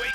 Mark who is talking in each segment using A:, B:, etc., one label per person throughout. A: Wake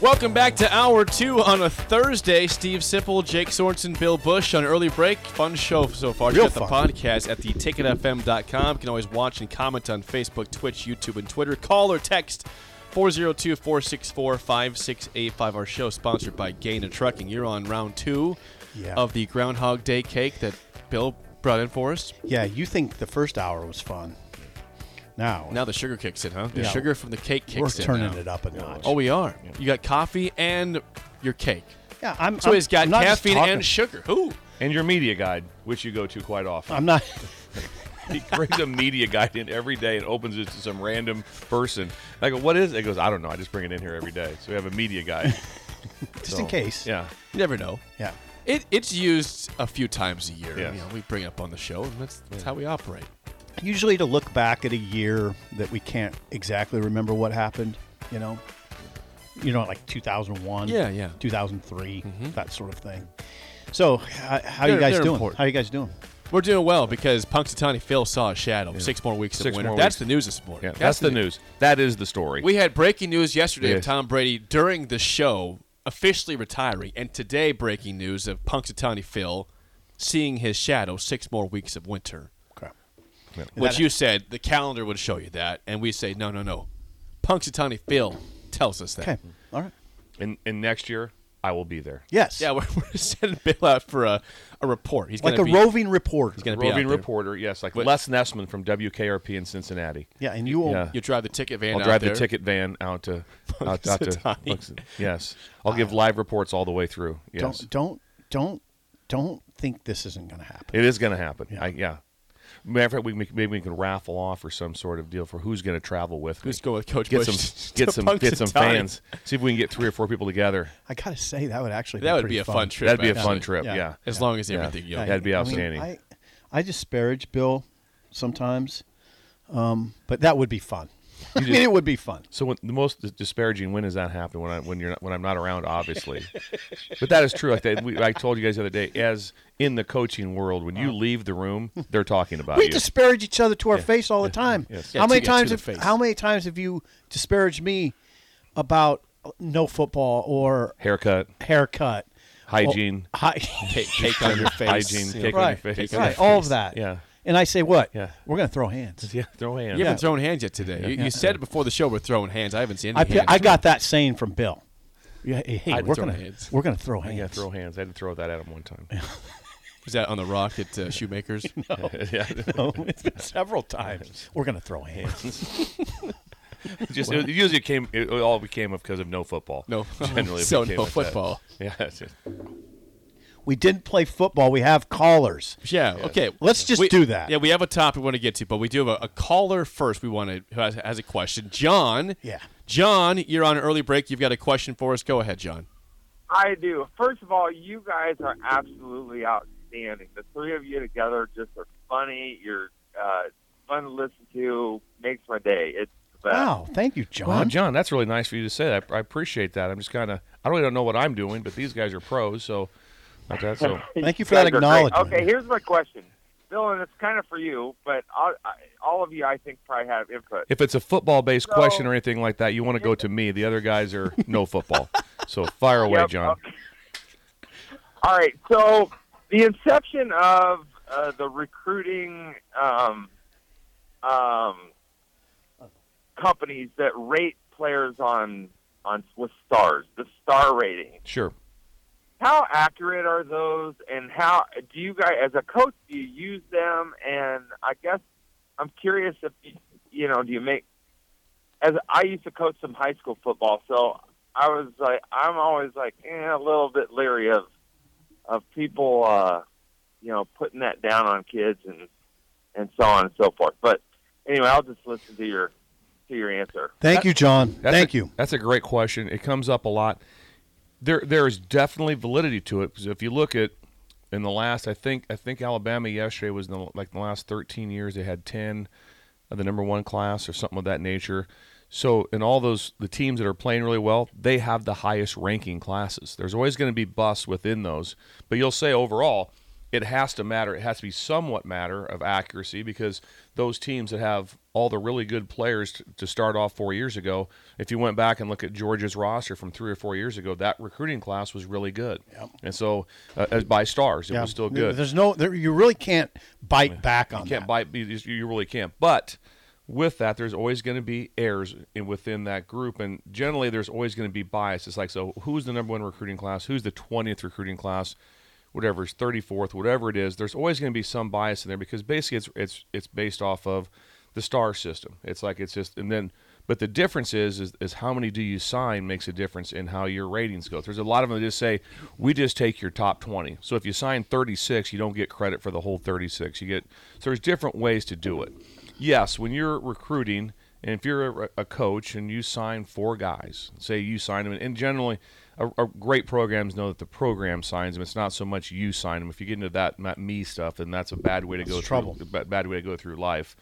B: Welcome back to hour two on a Thursday. Steve Sipple, Jake Sorensen, Bill Bush on early break. Fun show so far. Real Check out the podcast at theticketfm.com. You can always watch and comment on Facebook, Twitch, YouTube, and Twitter. Call or text 402 464 5685. Our show sponsored by Gaina Trucking. You're on round two
C: Yeah.
B: of the Groundhog Day cake that Bill brought in for us.
C: Yeah, you think the first hour was fun. Now,
B: Now the sugar kicks in, huh? The
C: Yeah.
B: sugar from the cake
C: we're
B: kicks in.
C: turning
B: now.
C: it up a notch.
B: Oh, we are. You got coffee and your cake.
C: yeah, I'm.
B: So
C: I'm-
B: he's got
C: I'm not just
B: caffeine
C: talking-
B: and sugar. Ooh.
D: And your media guide, which you go to quite often.
C: I'm not.
D: he brings a media guide in every day and opens it to some random person. I go, what is it? He goes, I don't know. I just bring it in here every day. So we have a media guide.
C: Just in case.
D: Yeah.
B: You never know.
C: Yeah.
B: It, it's used a few times a year.
D: Yes.
B: You know, we bring it up on the show, and that's, that's how we operate.
C: Usually to look back at a year that we can't exactly remember what happened. You know. You know, like 2001.
B: Yeah, yeah. Mm-hmm.
C: 2003, that sort of thing. So, how, how
B: They're-
C: you guys
B: they're
C: doing?
B: important.
C: How you guys doing?
B: We're doing well because Punxsutawney Phil saw a shadow. Six more weeks of
D: Six
B: winter.
D: more
B: That's
D: weeks.
B: the news this morning.
D: Yeah. That's, the news. That is the story.
B: We had breaking news yesterday of
D: Yes.
B: Tom Brady during the show officially retiring, and today breaking news of Punxsutawney Phil seeing his shadow six more weeks of winter.
C: Crap.
B: Which
C: That-
B: you said the calendar would show you that, and we say no, no, no. Punxsutawney Phil tells us that.
C: Okay. All right.
D: and, and next year, I will be there.
C: Yes.
B: Yeah, we're, we're sending Bill out for a, a report. He's
C: like
B: gonna
C: a
B: be,
C: roving reporter.
B: He's gonna be out
D: Roving
B: there.
D: reporter, yes, like
B: But-
D: Les Nessman from WKRP in Cincinnati.
C: yeah, and you will.
D: Yeah.
B: You drive the ticket van.
D: I'll
B: out
D: drive
B: there.
D: the ticket van out to out, out to
B: Punxsutawney.
D: yes. I'll give live reports all the way through. Yes,
C: Uh, Don't don't don't don't think this isn't going to happen.
D: it is going to happen.
C: Yeah.
D: I, yeah. Matter of fact, we, maybe we can raffle off or some sort of deal for who's going to travel with me.
B: Who's going with Coach
D: Get
B: Bush
D: some
B: to
D: get some get some
B: Punxsutawney?
D: fans. See if we can get three or four people together.
C: I gotta say that would actually be
B: That would
C: pretty
B: be a fun, trip.
D: That'd be a
B: actually.
D: fun trip.
C: Yeah.
D: Yeah.
B: As long as
D: Yeah.
B: everything. you
D: Yeah.
B: know.
D: That'd be
C: I mean,
D: outstanding.
C: I, I disparage Bill sometimes, um, but that would be fun. I mean, it would be fun.
D: So when, the most disparaging when does that happen when I when you're not, when I'm not around, obviously. but that is true. Like that, we, I told you guys the other day, as in the coaching world, when you
B: Uh-huh.
D: leave the room, they're talking about
C: We
D: you.
C: disparage each other to our face all the time.
D: Yes.
B: Oh, Yeah,
C: How many
B: to- yeah, to
C: times?
B: the
C: Have,
B: face.
C: how many times have you disparaged me about no football or
D: Haircut,
B: Oh.
C: haircut,
D: hygiene,
C: Or, hi-
B: Cake, cake on your face.
D: hygiene,
B: you know.
D: cake
C: right,
D: on your face.
C: right, all of that.
D: Yeah.
C: And I say what?
D: Yeah.
C: We're gonna throw hands.
D: Yeah, throw hands.
B: You haven't thrown hands yet today. You, you said it before the show. We're throwing hands. I haven't seen any
C: I,
B: hands.
C: I got that saying from Bill. Yeah, hey, hey,
B: I'd
C: we're
B: throw
C: gonna
B: hands.
C: we're gonna throw hands.
D: Yeah, throw hands. I had to throw that at him one time.
B: Was that on the rock at uh, Shoemakers?
D: yeah,
C: No, it's been several times. We're gonna throw hands.
D: just it usually came. It all became because of no football.
B: No.
D: generally it
B: So
D: became
B: no
D: like that.
B: football.
D: Yeah, it's just-
C: We didn't play football. We have callers.
B: Yeah. Okay.
C: Let's just
B: We-
C: do that.
B: Yeah, we have a topic we want to get to, but we do have a, a caller first. We want to who has, has a question. John.
C: Yeah.
B: John, you're on early break. You've got a question for us. Go ahead, John.
E: I do. First of all, you guys are absolutely outstanding. The three of you together just are funny. You're uh, fun to listen to. Makes my day. It's the best.
C: Wow, thank you, John.
D: Wow, John, that's really nice for you to say that. I, I appreciate that. I'm just kind of, I really don't know what I'm doing, but these guys are pros, so not that. So
C: Thank you for that
E: guys are great.
C: acknowledgement.
E: Okay, here's my question, Bill, and it's kind of for you, but all, I, all of you, I think, probably have input.
D: if it's a football based
E: So-
D: question or anything like that, you want to go to me. The other guys are no football. so fire away,
E: Yep,
D: John.
E: okay. All right. So the inception of uh, the recruiting um, um, companies that rate players on on with stars, the star rating.
D: Sure.
E: How accurate are those, and how do you guys, as a coach, do you use them? And I guess I'm curious if you, you know, do you make? As I used to coach some high school football, so I was like, I'm always like eh, a little bit leery of of people uh, you know putting that down on kids and and so on and so forth. But anyway, I'll just listen to your to your answer.
C: Thank you, John.
D: That's
C: Thank
D: a-
C: you.
D: That's a great question. It comes up a lot. There, there is definitely validity to it because if you look at in the last, I think, I think Alabama yesterday was in the, like the last 13 years they had 10 of the number one class or something of that nature. So in all those the teams that are playing really well, they have the highest ranking classes. There's always going to be busts within those, but you'll say overall, it has to matter. It has to be somewhat matter of accuracy because those teams that have all the really good players t- to start off four years ago, if you went back and look at Georgia's roster from three or four years ago, that recruiting class was really good. And so, uh, as by stars, it was still good.
C: There's no, there, you really can't bite back on
D: You can't
C: that.
D: bite. You, just- you really can't. But with that, there's always going to be errors in, within that group, and generally, there's always going to be bias. It's like, so who's the number one recruiting class? Who's the twentieth recruiting class? Whatever is thirty fourth, whatever it is, there's always going to be some bias in there because basically, it's it's it's based off of the star system. It's like it's just and then. But the difference is, is, is how many do you sign makes a difference in how your ratings go. There's a lot of them that just say, we just take your top 20. So if you sign 36, you don't get credit for the whole 36. You get so there's different ways to do it. Yes, when you're recruiting, and if you're a, a coach and you sign four guys, say you sign them, and generally, a, a great programs know that the program signs them. It's not so much you sign them. If you get into that not me stuff, then that's a bad way to go
C: trouble.
D: Through, ba- bad way to go through life.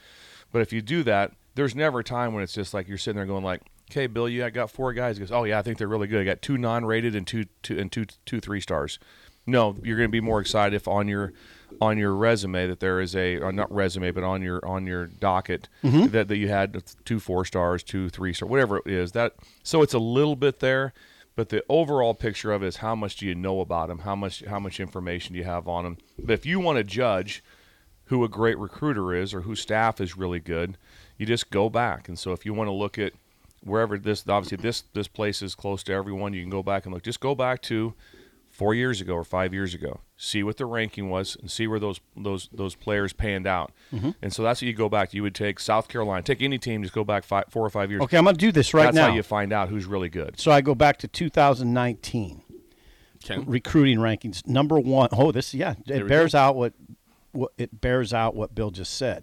D: But if you do that, there's never a time when it's just like you're sitting there going like, "Okay, Bill, you I got four guys." He goes, "Oh yeah, I think they're really good. I got two non-rated and two two and two two three stars." No, you're going to be more excited if on your on your resume that there is a or not resume, but on your on your docket that, that you had two four stars, two three star, whatever it is. That so it's a little bit there, but the overall picture of it is how much do you know about them? How much how much information do you have on them? But if you want to judge who a great recruiter is or whose staff is really good, you just go back. And so if you want to look at wherever this obviously this this place is close to everyone, you can go back and look. Just go back to four years ago or five years ago. See what the ranking was and see where those those those players panned out.
C: Mm-hmm.
D: And so that's what you go back. You would take South Carolina, take any team, just go back five, four or five years.
C: Okay, I'm going to do this right
D: that's
C: now.
D: how you find out who's really good.
C: so I go back to 2019
B: Okay.
C: recruiting rankings. Number one, oh, this yeah, it bears out what, what it bears out what Bill just said.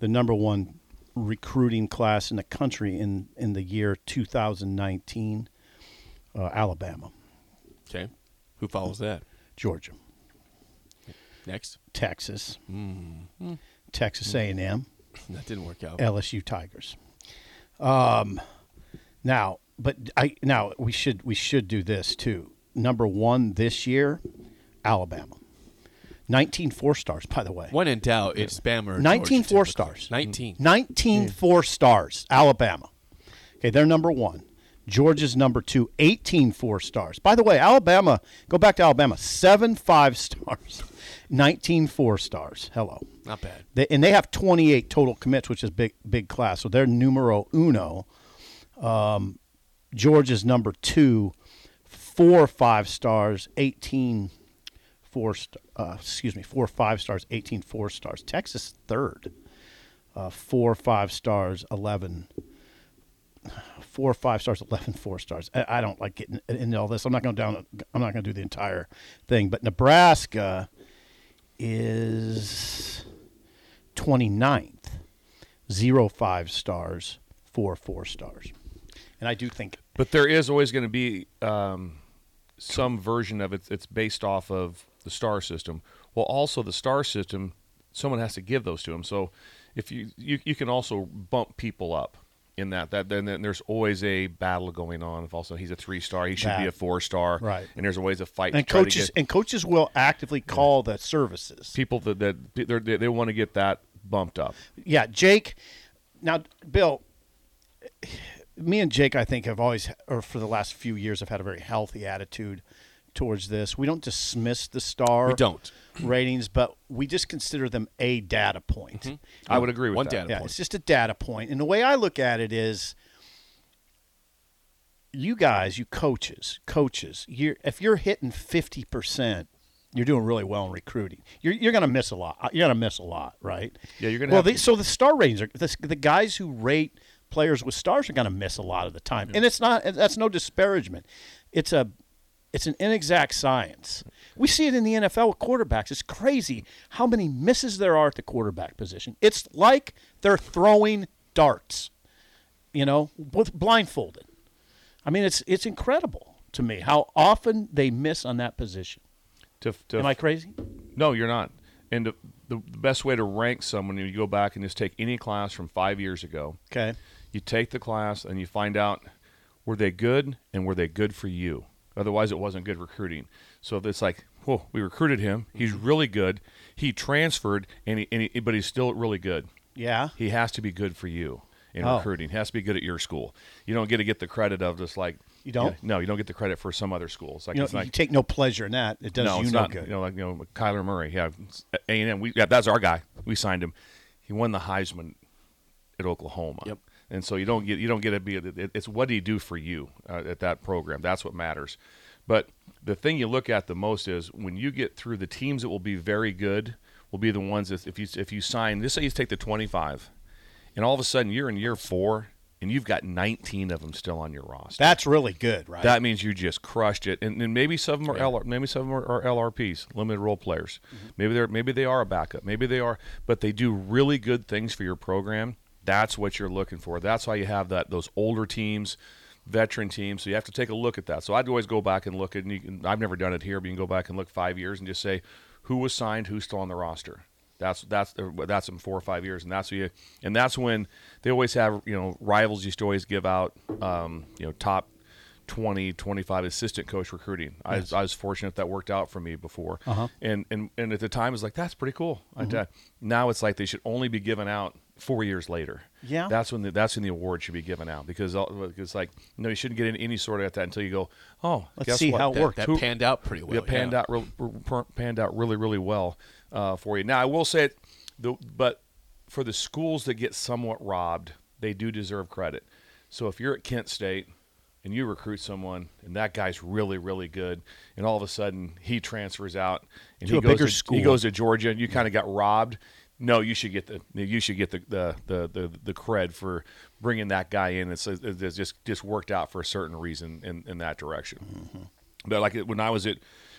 C: The number one recruiting class in the country in in the year 2019, uh, Alabama,
B: Okay. Who follows that?
C: Georgia,
B: Next.
C: Texas, Texas A&M,
B: That didn't work out.
C: LSU Tigers. Um, now, but I now we should we should do this too. Number one this year, Alabama, 19 four stars. By the way,
B: When in doubt, it's Bama. Or
C: 19
B: Georgia
C: four
B: typically.
C: stars.
B: 19.
C: 19 four stars. Alabama. Okay, they're number one. Georgia's number two. 18 four stars. By the way, Alabama. Go back to Alabama. Seven five stars. 19 four stars. Hello.
B: Not bad.
C: They, and they have 28 total commits, which is big big class. So they're numero uno. Um, Georgia's number two, four five stars, 18 four. St- uh, excuse me, four five stars, 18 four stars. Texas third, uh, four five stars, 11. Four five stars, 11 four stars. I, I don't like getting into all this. I'm not going down. I'm not going to do the entire thing. But Nebraska is 29th, zero five stars, four four stars. And I do think
D: But there is always going to be um, some version of it that's based off of the star system. Well, also the star system, someone has to give those to them. So if you you, you can also bump people up in that that then, then there's always a battle going on. If also he's a three star, he should be
C: That-
D: a four star,
C: right.
D: And there's always a fight.
C: and
D: to try to
C: coaches
D: get-
C: and coaches will actively call the services.
D: people that that they're- they they want to get that bumped up.
C: Yeah, Jake. Now, Bill, me and Jake, I think, have always, or for the last few years, have had a very healthy attitude towards this. We don't dismiss the star
B: We don't.
C: ratings, but we just consider them a data point.
D: I would agree with
B: One
D: that.
B: Mm-hmm. data
C: yeah,
B: point.
C: it's just a data point. And the way I look at it is you guys, you coaches, coaches, you're if you're hitting 50%, you're doing really well in recruiting. You're, you're going to miss a lot. Uh, You're going to miss a lot, right?
D: Yeah, you're gonna
C: Well,
D: have
C: they,
D: to-
C: so the star ratings are the, the guys who rate players with stars are going to miss a lot of the time, and it's not. That's no disparagement. It's a It's an inexact science. We see it in the NFL with quarterbacks. It's crazy how many misses there are at the quarterback position. It's like they're throwing darts, you know, with blindfolded. I mean, it's it's incredible to me how often they miss on that position.
D: To, to,
C: Am I crazy?
D: No, you're not. And the, the best way to rank someone, you go back and just take any class from five years ago.
C: Okay.
D: You take the class and you find out were they good and were they good for you. Otherwise, it wasn't good recruiting. So if it's like, whoa, we recruited him. He's
C: Mm-hmm.
D: really good. He transferred, and he, and he, but he's still really good.
C: Yeah.
D: He has to be good for you in
C: Oh.
D: recruiting. He has to be good at your school. You don't get to get the credit of just like
C: You don't?
D: no, you don't get the credit for some other school. It's like
C: You, know,
D: it's not,
C: you take no pleasure in that. It does
D: no,
C: you
D: it's
C: no
D: not,
C: good.
D: You know, like you know, Kyler Murray. Yeah, A and M. We yeah, that's our guy. We signed him. He won the Heisman at Oklahoma.
B: Yep.
D: And so you don't get you don't get to be it- it's what do you do for you uh, at that program? That's what matters. But the thing you look at the most is when you get through the teams that will be very good will be the ones that if you if you sign this say you take the twenty five, and all of a sudden you're in year four and you've got nineteen of them still on your roster.
C: That's really good, right?
D: That means you just crushed it, and, and maybe some of them are LR, maybe some of them are, are LRPs, limited role players. Maybe they're maybe they are a backup, maybe they are, but they do really good things for your program. That's what you're looking for. That's why you have that those older teams, veteran teams. So you have to take a look at that. So I'd always go back and look at. And you can, I've never done it here, but you can go back and look five years and just say who was signed, who's still on the roster. That's that's uh, that's in four or five years, and that's what you, and that's when they always have you know rivals used to always give out um, you know top 20, 25 assistant coach recruiting. I, was, I was fortunate that worked out for me before.
C: Uh-huh.
D: And, and and at the time, it was like, that's pretty cool. I
C: Mm-hmm.
D: did. Now it's like they should only be given out four years later.
C: Yeah.
D: That's when the, that's when the award should be given out because all- it's like, no, you shouldn't get in any sort of at that until you go, oh,
C: Let's
D: guess
C: see
D: what?
C: how it
D: That-
C: worked.
B: That
D: who-
B: panned out pretty well.
D: yeah, panned out real, r- panned out really really well uh, for you. Now I will say it, the, but for the schools that get somewhat robbed, they do deserve credit. So if you're at Kent State and you recruit someone and that guy's really really good, and all of a sudden he transfers out and
C: To
D: he
C: a
D: goes
C: bigger
D: to,
C: school.
D: he goes to Georgia and you kind of got robbed. No, you should get the you should get the the the, the, the cred for bringing that guy in. It's, it's just just worked out for a certain reason in, in that direction. But like when I was at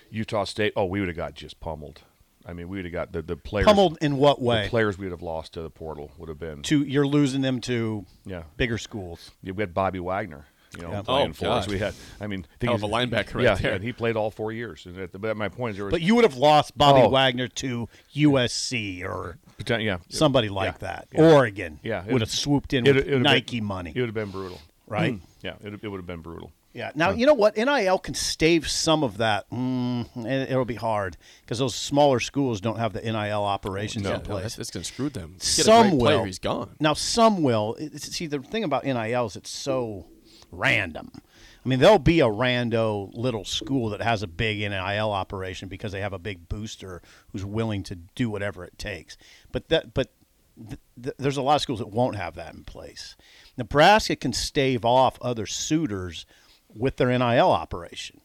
D: Utah State, oh, we would have got just pummeled. I mean, we would have got the the players
C: Pummeled in what
D: The
C: way?
D: players we would have lost to the portal would have been.
C: to you're losing them to
D: Yeah.
C: bigger schools.
D: Yeah, we had Bobby Wagner, you know,
C: Yeah.
D: playing
B: Oh,
D: for us.
B: God.
D: We had, I mean, I think
B: Hell of
D: he's-
B: a linebacker right
D: yeah,
B: there.
D: Yeah, and he played all four years. And at the, but my point is, there was,
C: But you would have lost Bobby
D: Oh.
C: Wagner to USC or
D: poten- yeah,
C: somebody like
D: Yeah.
C: that.
D: Yeah.
C: Oregon
D: Yeah, it-
C: would have swooped in
D: It-
C: with
D: it would've
C: Nike
D: been-
C: money,
D: It would have been brutal.
C: right?
D: Yeah, it, it would have been brutal.
C: Yeah. Now you know what NIL can stave some of that. Mm, it, it'll be hard because those smaller schools don't have the NIL operations in place.
B: that's, that's gonna screw them. Get a
C: some
B: great
C: will.
B: player, he's gone.
C: Now some will. It- it's- see, the thing about NIL is it's so random. I mean, there'll be a rando little school that has a big NIL operation because they have a big booster who's willing to do whatever it takes. But that, but th- th- there's a lot of schools that won't have that in place. Nebraska can stave off other suitors with their NIL operation.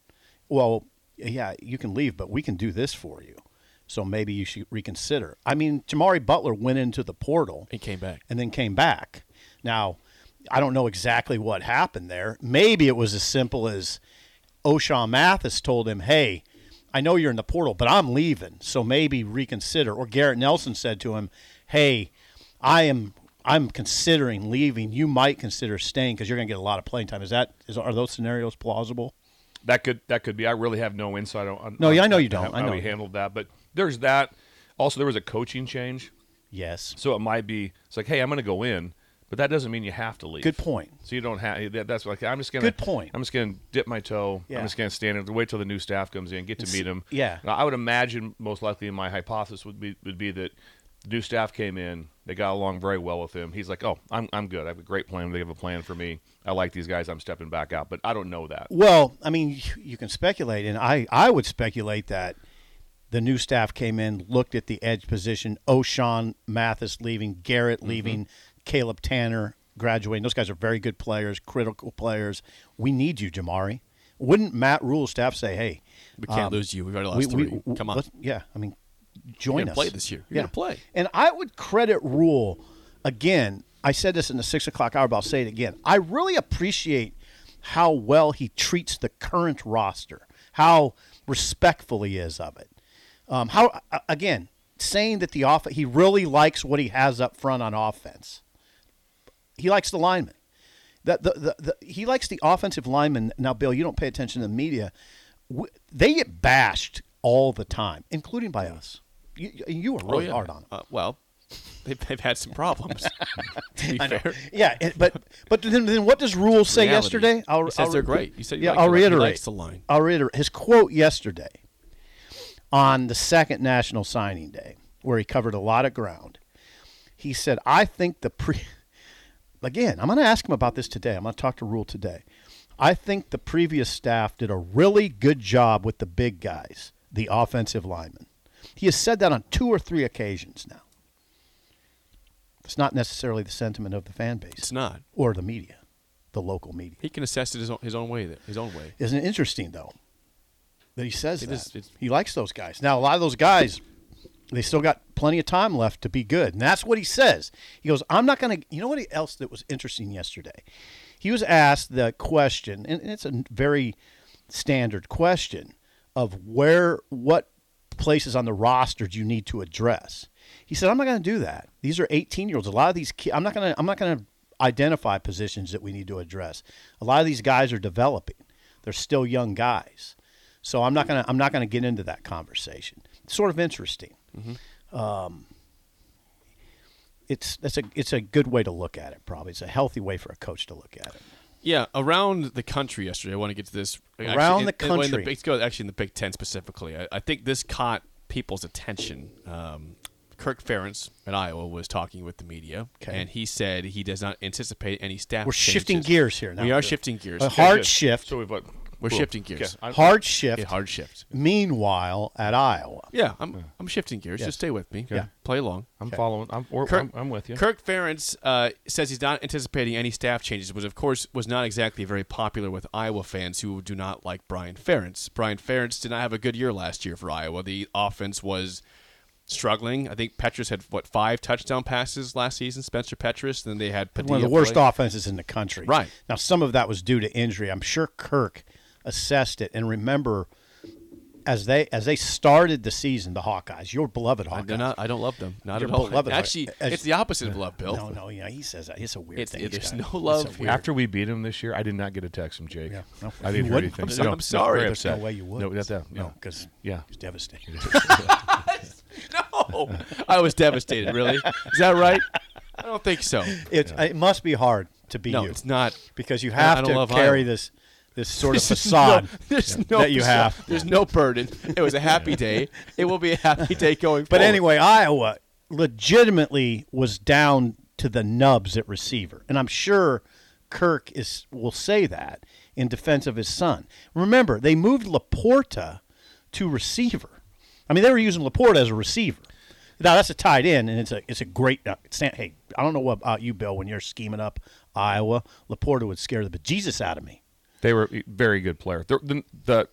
C: Well, yeah, you can leave, but we can do this for you. So maybe you should reconsider. I mean, Jamari Butler went into the portal
B: He came back.
C: and then came back. Now, I don't know exactly what happened there. Maybe it was as simple as Oshawn Mathis told him, "Hey, I know you're in the portal, but I'm leaving, so maybe reconsider." Or Garrett Nelson said to him, "Hey, I am I'm considering leaving. You might consider staying because you're going to get a lot of playing time." Is that is are those scenarios plausible?
D: That could that could be. I really have no insight on. on
C: No, yeah, I know you
D: on
C: don't.
D: How,
C: I
D: how
C: know
D: he
C: you don't.
D: handled that, but there's that. Also, there was a coaching change.
C: Yes.
D: So it might be it's like, hey, I'm going to go in, but that doesn't mean you have to leave.
C: Good point.
D: So you don't have that, that's like I'm just going to
C: Good point.
D: I'm just going to dip my toe.
C: Yeah.
D: I'm just going to stand there, wait till the new staff comes in, get to meet them.
C: yeah.
D: I would imagine most likely my hypothesis would be would be that the new staff came in, they got along very well with him. He's like, oh, I'm I'm good. I have a great plan. They have a plan for me. I like these guys. I'm stepping back out, but I don't know that.
C: Well, I mean, you- you can speculate, and I, I would speculate that the new staff came in, looked at the edge position, O'Shawn Mathis leaving, Garrett
B: Mm-hmm.
C: leaving, Caleb Tanner graduating. Those guys are very good players, critical players. We need you, Jamari. Wouldn't Matt Rule's staff say, hey,
B: We can't lose you. We've already lost
C: Um, we, we,
B: three. Come on.
C: let's- yeah, I mean, join
B: gonna
C: us.
B: play this year. You're gonna play.
C: And I would credit Rule again. I said this in the six o'clock hour, but I'll say it again. I really appreciate how well he treats the current roster, how respectful he is of it. Um, how a- again saying that the off he really likes what he has up front on offense. He likes the lineman. That the, the, the he likes the offensive lineman. Now, Bill, you don't pay attention to the media. W they get bashed all the time, including by us. You, you- you were really hard on it.
B: Uh, well, they've, they've had some problems. to be fair,
C: Yeah, it, but but then, then what does Rule say
B: Reality.
C: yesterday?
B: He says they're great. You said you
C: yeah.
B: like
C: I'll
B: the line. He
C: reiterate.
B: likes the line.
C: I'll reiterate his quote yesterday on the second National Signing Day, where he covered a lot of ground. He said, "I think the pre." Again, I'm going to ask him about this today. I'm going to talk to Rule today. I think the previous staff did a really good job with the big guys, the offensive linemen. He has said that on two or three occasions now. It's not necessarily the sentiment of the fan base
B: it's not.
C: or the media, the local media.
B: He can assess it his own, his own way. There, his own way.
C: Isn't it interesting though that he says
B: It
C: that
B: is- it's-
C: he likes those guys? Now a lot of those guys, they still got plenty of time left to be good, and that's what he says. He goes, "I'm not going to." You know what else that was interesting yesterday? He was asked the question, and and it's a very standard question of where what places on the roster do you need to address? He said, "I'm not going to do that. These are 18 year olds. A lot of these kids. I'm not going to. I'm not going to identify positions that we need to address. A lot of these guys are developing. They're still young guys, so I'm not going to. I'm not going to get into that conversation. It's sort of interesting. Um, it's that's a it's a good way to look at it. Probably it's a healthy way for a coach to look at it.
B: Yeah, around the country yesterday. I want to get to this actually,
C: Around
B: in-
C: the
B: in- well, In the
C: country.
B: big, let's go actually in the Big Ten specifically. I, I think this caught people's attention. Um, Kirk Ferentz at Iowa was talking with the media,
C: Okay.
B: and he said he does not anticipate any staff.
C: We're shifting
B: changes.
C: gears here now.
B: We are shifting gears.
C: A hard
D: Good.
C: shift.
D: So we've uh,
B: We're shifting gears.
D: Okay. I-
C: Hard shift.
B: A hard shift.
C: Meanwhile, at Iowa,
B: Yeah, I'm I'm shifting gears. Just stay with me.
C: Yeah.
B: Play along.
D: I'm following. I'm, or,
B: Kirk-
D: I'm, I'm with you.
B: Kirk Ferentz uh, says he's not anticipating any staff changes, which of course was not exactly very popular with Iowa fans who do not like Brian Ferentz. Brian Ferentz did not have a good year last year for Iowa. The offense was struggling. I think Petrus had what five touchdown passes last season. Spencer Petrus. Then they had Padilla
C: one of the worst
B: play.
C: offenses in the country.
B: Right.
C: Now, some of that was due to injury. I'm sure Kirk assessed it and remember as they as they started the season, the Hawkeyes, your beloved
B: I
C: Hawkeyes.
B: do not. I don't love them. Not
C: Your
B: at all.
C: beloved-
B: Actually,
C: as-
B: it's the opposite of love, Bill.
C: no, no, yeah, he says that. It's a weird
B: It's-
C: thing. He's
B: there's
C: got-
B: no
C: it's a
B: love
C: weird-
B: here.
D: After we beat him this year, I did not get a text from Jake.
C: Yeah. No.
D: I
C: You
D: didn't hear
C: wouldn't.
D: anything.
B: I'm- I'm sorry.
D: very
B: There's
C: no
D: upset.
C: way you would.
D: No, that, that,
C: No,
D: no.
C: because
D: Yeah.
C: he's devastated.
B: No, Oh, I was devastated. Really, is that right? I don't think so.
C: It's it must be hard to be
B: No,
C: you
B: it's not.
C: because you
B: don't- I
C: have
B: don't
C: to
B: love
C: carry
B: Iowa.
C: this this sort of
B: There's
C: facade.
B: no- there's no
C: that you
B: facade.
C: have.
B: There's no burden. It was a happy day. It will be a happy day going
C: But
B: forward.
C: anyway, Iowa legitimately was down to the nubs at receiver, and I'm sure Kirk is will say that in defense of his son. Remember, they moved Laporta to receiver. I mean, they were using Laporta as a receiver. Now that's a tight end, and it's a it's a great. Uh, it's not- hey, I don't know what about you, Bill, when you're scheming up Iowa, Laporta would scare the bejesus out of me.
D: They were a very good player. The, the, the,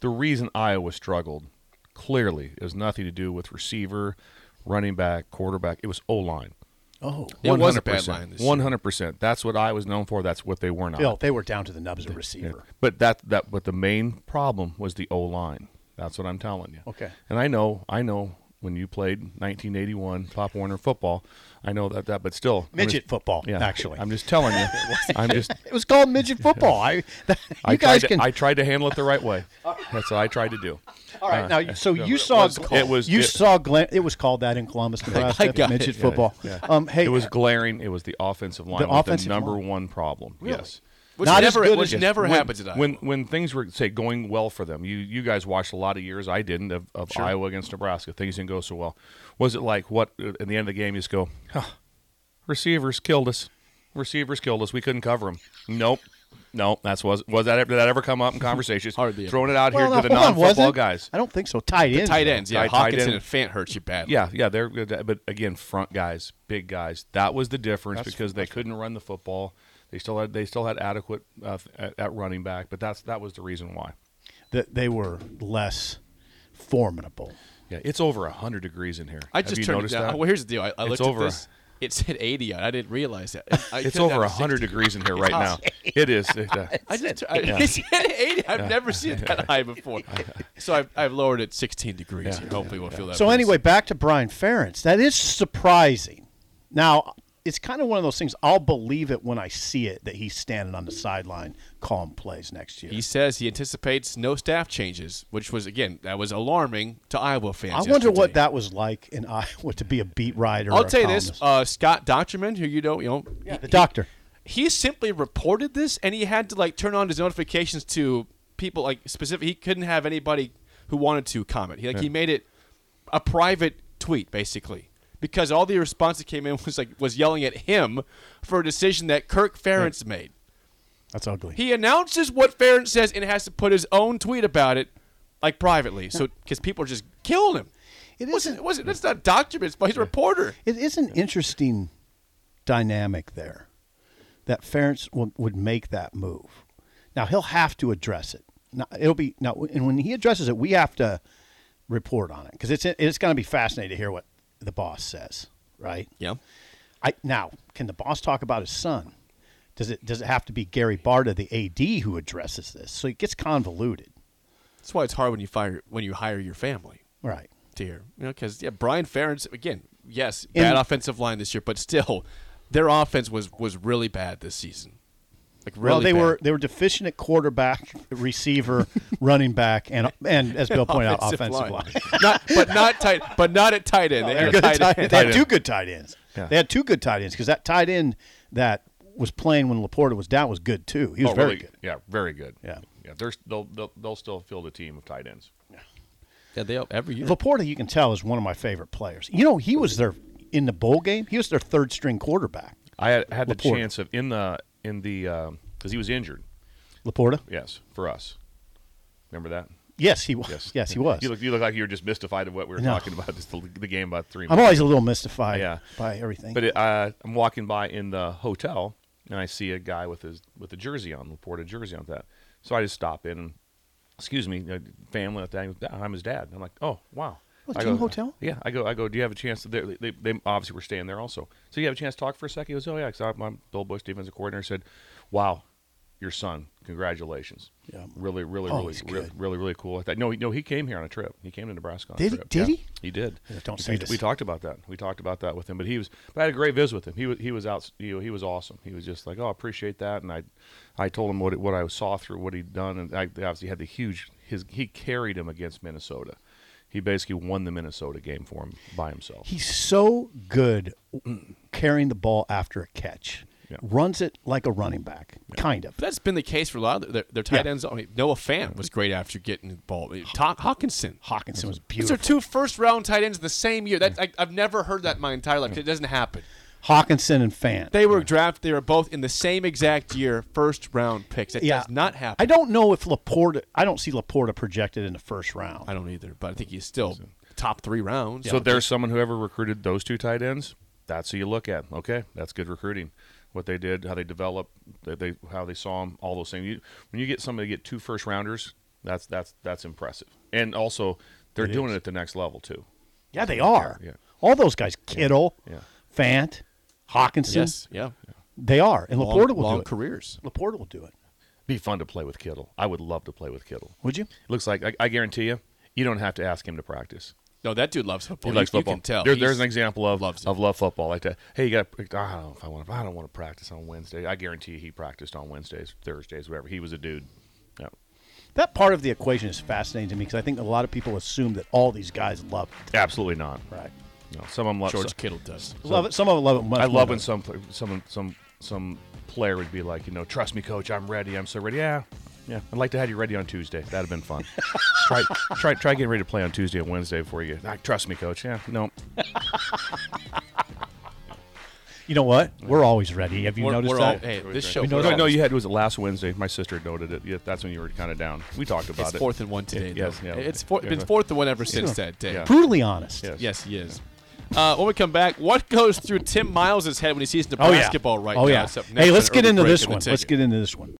D: the reason Iowa struggled clearly is nothing to do with receiver, running back, quarterback. It was O line.
C: Oh,
B: It was a bad line this year.
D: One hundred percent. That's what I was known for. That's what they were not.
C: Bill, they were down to the nubs at receiver.
D: But that that but the main problem was the O line. That's what I'm telling you.
C: Okay.
D: And I know I know when you played 1981 Pop Warner football, I know that that. But still, I'm
C: Midget
D: just-
C: football, actually.
D: I'm just telling you. I'm just.
C: It was called midget football. I, you
D: I tried
C: guys
D: to,
C: can.
D: I tried to handle it the right way. That's what I tried to do.
C: all right, now so
D: no,
C: you
D: it
C: saw
D: was called- it was-
C: you
D: it-
C: saw Glen, it was called that in Columbus, Nebraska.
B: I got
C: midget
B: it.
C: football. Um, hey,
D: It was glaring. It was the offensive line.
C: The
D: The was
C: offensive
D: the number
C: line.
D: one problem. Yes.
B: which
C: not as
B: never,
C: good
B: which
C: as-
B: never
D: when,
B: happens at Iowa.
D: When when things were say going well for them, you you guys watched a lot of years. I didn't of, of Iowa against Nebraska. Things didn't go so well. Was it like what at the end of the game? You just go, huh, receivers killed us. Receivers killed us. We couldn't cover them. Nope. No, that's was was that did that ever come up in conversations?
B: Hardly ever.
D: throwing it out
C: well,
D: here
C: no,
D: to the
C: hold on,
D: non
C: was
D: football
C: it?
D: guys.
C: I don't think so. Tight ends.
B: tight
C: though.
B: ends, yeah,
D: Tight- tight
B: Hawkinson
D: end.
B: and Fant hurt you badly.
D: Yeah, yeah, they're good, but again, front guys, big guys. That was the difference because they couldn't run the football. They still had they still had adequate uh, at, at running back, but that's that was the reason why.
C: That they were less formidable.
D: Yeah, it's over hundred degrees in here.
B: I
D: Have
B: just
D: you
B: turned it
D: noticed
B: down.
D: That?
B: Well, here's the deal. I, I
D: It's
B: looked
D: over.
B: at this. It said 80. I didn't realize that. I
D: It's
B: could
D: over
B: have a
D: 100 degrees in here right now. It is. It, uh,
B: I just I, it said 80. I've never seen it that high before. So I've, I've lowered it 16 degrees. here. Hopefully we'll feel that.
C: So
B: breeze.
C: anyway, back to Brian Ferentz. That is surprising. Now, it's kind of one of those things. I'll believe it when I see it that he's standing on the sideline calling plays next year.
B: he says he anticipates no staff changes, which was again that was alarming to Iowa fans.
C: I wonder
B: yesterday.
C: what that was like in Iowa to be a beat writer. or
B: I'll
C: a
B: tell you this:
C: columnist.
B: uh, Scott Docterman, who you know, you know,
C: the doctor.
B: he simply reported this, and he had to like turn on his notifications to people like specific. He couldn't have anybody who wanted to comment. He like he made it a private tweet basically because all the response that came in was like was yelling at him for a decision that Kirk Ferentz made.
C: That's ugly.
B: He announces what Ferentz says and has to put his own tweet about it, like privately, so because people are just killing him.
C: It
B: wasn't.
C: isn't-
B: It wasn't. That's not documents, but he's a reporter.
C: It is an interesting dynamic there that Ferentz w- would make that move. Now he'll have to address it. Now, it'll be now, and when he addresses it, we have to report on it because it's it's going to be fascinating to hear what the boss says, right?
B: Yeah.
C: I now can the boss talk about his son? Does it does it have to be Gary Barta, the AD, who addresses this? So it gets convoluted,
B: That's why it's hard when you fire when you hire your family
C: right?
B: to hear, you know, because yeah, Brian Ferentz again, yes,
C: In-
B: bad offensive line this year, but still, their offense was was really bad this season. Like really,
C: well, they
B: bad.
C: were they were deficient at quarterback, receiver, running back, and and as Bill pointed out, offensive line.
B: not, but not tight, but not at tight end. they
C: They're
B: had a
C: good
B: tight
C: tight-
B: end.
C: They had
D: Tight
C: two
D: end.
C: good tight ends.
D: Yeah.
C: They had two good tight ends because that tight end that was playing when Laporta was down was good too. He was
D: oh,
C: very
D: really
C: good.
D: Yeah, very good.
C: Yeah.
D: yeah. There's they'll, they'll they'll still field a team of tight ends.
B: Yeah, they every year.
C: Laporta, you can tell, is one of my favorite players. You know, he was their in the bowl game. He was their third string quarterback.
D: I had, had the
C: Laporte.
D: chance of in the in the because he was injured.
C: Laporta,
D: Yes, for us. Remember that?
C: yes, he was. Yes,
D: Yes.
C: he was.
D: You look you look like you were just mystified of what we were
C: No.
D: talking about. Just the, the game about three.
C: I'm
D: minutes.
C: always a little mystified
D: Yeah.
C: by everything.
D: But it, uh, I'm walking by in the hotel, and I see a guy with his with a jersey on, Laporta jersey on that. So I just stop in, and excuse me, you know, family. with that, I'm his dad. I'm like, oh wow.
C: What,
D: I
C: team
D: go,
C: hotel?
D: Yeah, I go. I go. Do you have a chance? To, they, they, they obviously were staying there also. So you have a chance to talk for a second. He goes, oh yeah, because my Bill Bush defensive coordinator said, wow, your son, congratulations.
C: Yeah.
D: Really, really,
C: Oh,
D: really,
C: he's
D: re-
C: good.
D: really, really cool. Like that. No, he- no, he came here on a trip. He came to Nebraska on
C: Did he-
D: a trip.
C: did
D: Yeah,
C: he?
D: He did.
C: Don't
D: We-
C: say
D: we,
C: this.
D: We talked about that. We talked about that with him, but he was. But I had a great visit with him. He was. He was out. You know, he was awesome. He was just like, oh, I appreciate that, and I, I told him what it, what I saw through what he'd done, and I obviously had the huge. His he carried him against Minnesota. He basically won the Minnesota game for him by himself.
C: He's so good carrying the ball after a catch.
D: Yeah.
C: Runs it like a running back, kind of.
B: But that's been the case for a lot of their, their tight
C: Yeah.
B: ends. I mean, Noah Fant was great after getting the ball. Ta- Hawkinson.
C: Hawkinson was
B: Those are
C: beautiful.
B: two first round tight ends in the same year. That I, I've never heard that in my entire life. It doesn't happen.
C: Hawkinson and Fan.
B: They were drafted. They were both in the same exact year, first round picks. That does not happen.
C: I don't know if Laporta. I don't see Laporta projected in the first round.
B: I don't either. But I think he's still top three rounds.
D: So there's someone whoever recruited those two tight ends. That's who you look at. Okay, that's good recruiting. What they did, how they developed, they, they how they saw them, all those things. You, when you get somebody to get two first rounders, that's that's that's impressive. And also, they're doing it at the next level too.
C: yeah, they are.
D: Yeah, yeah.
C: All those guys, Kittle,
D: Yeah.
C: Fant, Hawkinson.
B: yes, yeah.
C: they are, and
B: Long,
C: Laporta will
B: long
C: do it.
B: careers.
C: Laporta will do it.
D: Be fun to play with Kittle. I would love to play with Kittle.
C: Would you?
D: It looks like I, I guarantee you, you don't have to ask him to practice.
B: No, that dude loves football.
D: He likes
B: you,
D: football.
B: You can tell.
D: There-
B: He's-
D: there's an example of
B: loves it.
D: of love football like that. Hey, you got. I don't know if I want. to. I don't want to practice on Wednesday. I guarantee you he practiced on Wednesdays, Thursdays, whatever. He was a dude. Yeah.
C: That part of the equation is fascinating to me because I think a lot of people assume that all these guys love it.
D: Absolutely not.
C: Right.
D: No, some of them love.
B: George
D: so-
B: Kittle does.
C: love it. Some of them love it much.
D: I
C: more
D: love
C: than
D: when some pl- some some some player would be like, you know, trust me, coach, I'm ready. I'm so ready. Yeah, yeah. I'd like to have you ready on Tuesday. That'd have been fun. try try try getting ready to play on Tuesday and Wednesday before you. Ah, trust me, coach. Yeah, no.
C: others. You know what? We're always ready. Have you
B: We're-
C: noticed
B: we're all-
C: that?
B: hey, this show.
C: We know
B: we're
D: No,
B: all-
D: no, you had was it last Wednesday? My sister noted it. Yeah, that's when you were kind of down. We talked about
B: It's
D: it.
B: fourth and one today.
D: Yeah, yes,
B: though.
D: yeah.
B: It's four,
D: Yeah.
B: been fourth and one ever since that day.
D: Yeah.
C: Brutally honest.
D: Yes.
B: Yes, he is. Uh, when we come back, what goes through Tim Miles' head when he sees the
C: Oh yeah.
B: basketball right
C: oh
B: now?
C: yeah.
B: It's up next
C: Hey,
B: on
C: let's get
B: Early
C: into
B: Break
C: this
B: in the
C: one. Let's
B: Ticket.
C: get into this one.